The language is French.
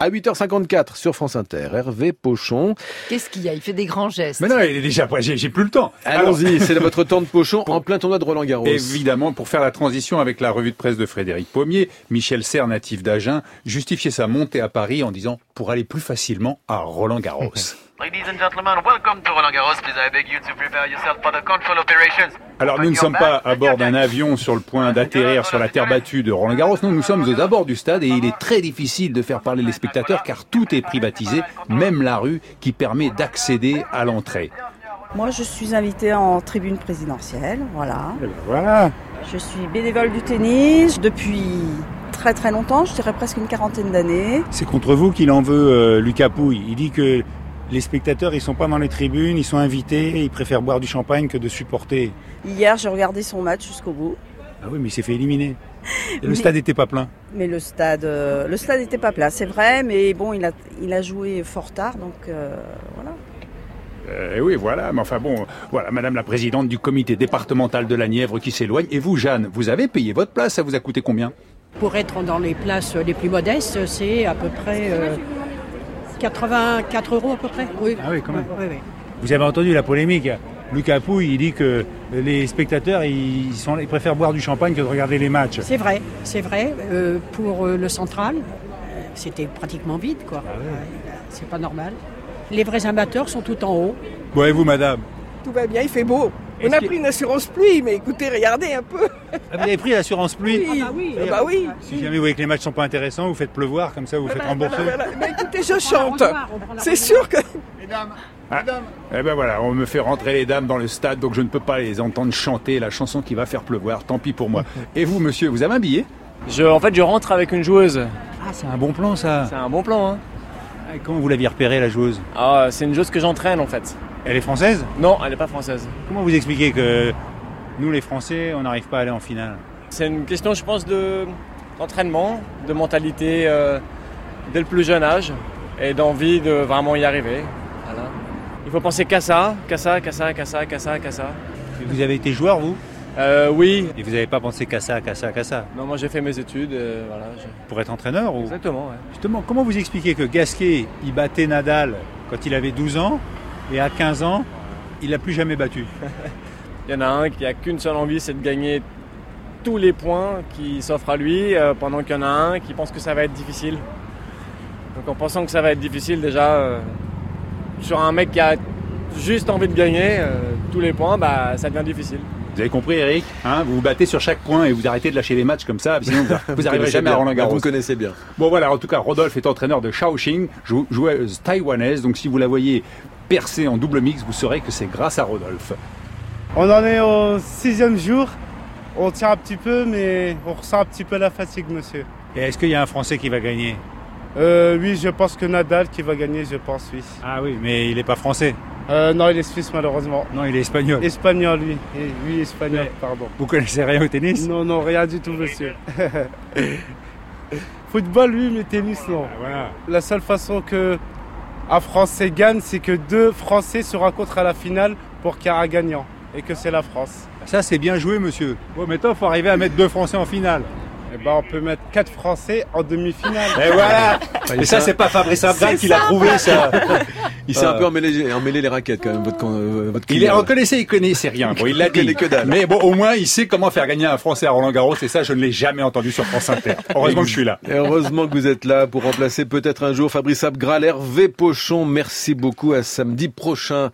À 8h54 sur France Inter, Hervé Pochon. Qu'est-ce qu'il y a Il fait des grands gestes. Mais non, il est déjà après, j'ai j'ai plus le temps. Allons-y, c'est votre temps de Pochon en plein tournoi de Roland Garros. Évidemment, pour faire la transition avec la revue de presse de Frédéric Pommier, Michel Serre, natif d'Agen, justifiait sa montée à Paris en disant pour aller plus facilement à Roland Garros. Ladies and gentlemen, welcome to Roland Garros. Please, I beg you to prepare yourself for the control operations. Alors nous ne sommes pas à bord d'un avion sur le point d'atterrir sur la terre battue de Roland Garros, non, nous sommes aux abords du stade et il est très difficile de faire parler les spectateurs car tout est privatisé, même la rue qui permet d'accéder à l'entrée. Moi, je suis invitée en tribune présidentielle, voilà. Voilà. Je suis bénévole du tennis depuis très très longtemps, je dirais presque une quarantaine d'années. C'est contre vous qu'il en veut, euh, Lucas Pouille. Il dit que les spectateurs, ils sont pas dans les tribunes, ils sont invités, ils préfèrent boire du champagne que de supporter. Hier, j'ai regardé son match jusqu'au bout, Ah oui, mais il s'est fait éliminer. Et le Mais- stade n'était pas plein. mais le stade euh, le stade n'était pas plat, c'est vrai, mais bon, il a, il a joué fort tard, donc euh, voilà. Euh, oui, voilà, mais enfin bon, voilà, Madame la Présidente du comité départemental de la Nièvre qui s'éloigne. Et vous, Jeanne, vous avez payé votre place, ça vous a coûté combien Pour être dans les places les plus modestes, c'est à peu près euh, 84 euros à peu près. Oui. Ah oui, quand même. Oui, oui. Vous avez entendu la polémique. Lucas Pouille, il dit que les spectateurs, ils, sont, ils préfèrent boire du champagne que de regarder les matchs. C'est vrai, c'est vrai. Euh, pour euh, le central, euh, c'était pratiquement vide, quoi. Ouais, C'est pas normal. Les vrais amateurs sont tout en haut. Bon, et vous, madame Tout va bien, il fait beau. On Est-ce a que- pris une assurance pluie, mais écoutez, regardez un peu. Ah, Vous avez pris l'assurance pluie Ah bah oui. Si jamais vous voyez que les matchs sont pas intéressants, vous faites pleuvoir, comme ça vous bah, faites rembourser. Voilà. Mais écoutez, je On prend la chante. revoir, on prend la C'est revoir. sûr que Eh ben voilà, on me fait rentrer les dames dans le stade, donc je ne peux pas les entendre chanter la chanson qui va faire pleuvoir, tant pis pour moi. Et vous, monsieur, vous avez un billet Je, en fait, je rentre avec une joueuse. Ah, c'est un bon plan, ça. C'est un bon plan. Hein. Ah, Comment vous l'aviez repérée, la joueuse Ah, c'est une joueuse que j'entraîne en fait. Elle est française Non, elle n'est pas française. Comment vous expliquez que nous, les Français, on n'arrive pas à aller en finale C'est une question, je pense, de d'entraînement, de mentalité euh, dès le plus jeune âge et d'envie de vraiment y arriver. Voilà. Il faut penser qu'à ça, qu'à ça, qu'à ça, qu'à ça, qu'à ça, qu'à ça. Et Vous avez été joueur, vous Euh, oui. Et vous n'avez pas pensé qu'à ça, qu'à ça, qu'à ça Non, moi j'ai fait mes études. euh, voilà, je- Pour être entraîneur ou... Exactement. ouais. Justement, comment vous expliquez que Gasquet, il battait Nadal quand il avait 12 ans et à 15 ans, il l'a plus jamais battu Il y en a un qui a qu'une seule envie, c'est de gagner tous les points qui s'offrent à lui, euh, pendant qu'il y en a un qui pense que ça va être difficile. Donc en pensant que ça va être difficile déjà, euh, sur un mec qui a juste envie de gagner euh, tous les points, bah, ça devient difficile. Vous avez compris, Eric hein Vous vous battez sur chaque point et vous arrêtez de lâcher les matchs comme ça, sinon vous, vous connaissez arriverez jamais bien. Bah, à Roland Vous Garros. me connaissez bien. Bon voilà, en tout cas, Rodolphe est entraîneur de Shaoxing, jou- joueuse taïwanaise, donc si vous la voyez percée en double mix, vous saurez que c'est grâce à Rodolphe. On en est au sixième jour. On tient un petit peu, mais on ressent un petit peu la fatigue, monsieur. Et est-ce qu'il y a un Français qui va gagner Euh, oui, je pense que Nadal qui va gagner, je pense, oui. Ah oui, mais il n'est pas français. Euh, non, il est suisse, malheureusement. Non, il est espagnol. Espagnol, lui. Eh, Oui, espagnol, pardon. Vous connaissez rien au tennis Non, non, rien du tout, monsieur. Football, oui, mais tennis, non. Ah, Voilà. La seule façon que un Français gagne, c'est que deux Français se rencontrent à la finale pour qu'il y ait un gagnant. Et que c'est la France. Ça, c'est bien joué, monsieur. Bon, maintenant, il faut arriver à mettre deux Français en finale. Et ben, on peut mettre quatre Français en demi-finale. Eh Et voilà Et ça, Bah, c'est pas Fabrice Abdel qui l'a trouvé, ça Il s'est un peu emmêlé, emmêlé les raquettes quand même, votre, con- euh, votre Euh. Il est client. reconnaissait, il connaissait rien. Bon, il l'a Il connaît dit. que dalle. Mais bon, au moins, il sait comment faire gagner un Français à Roland Garros. Et ça, je ne l'ai jamais entendu sur France Inter. Heureusement que je suis là. Et heureusement que vous êtes là pour remplacer peut-être un jour Fabrice Abgral, Hervé Pochon. Merci beaucoup à samedi prochain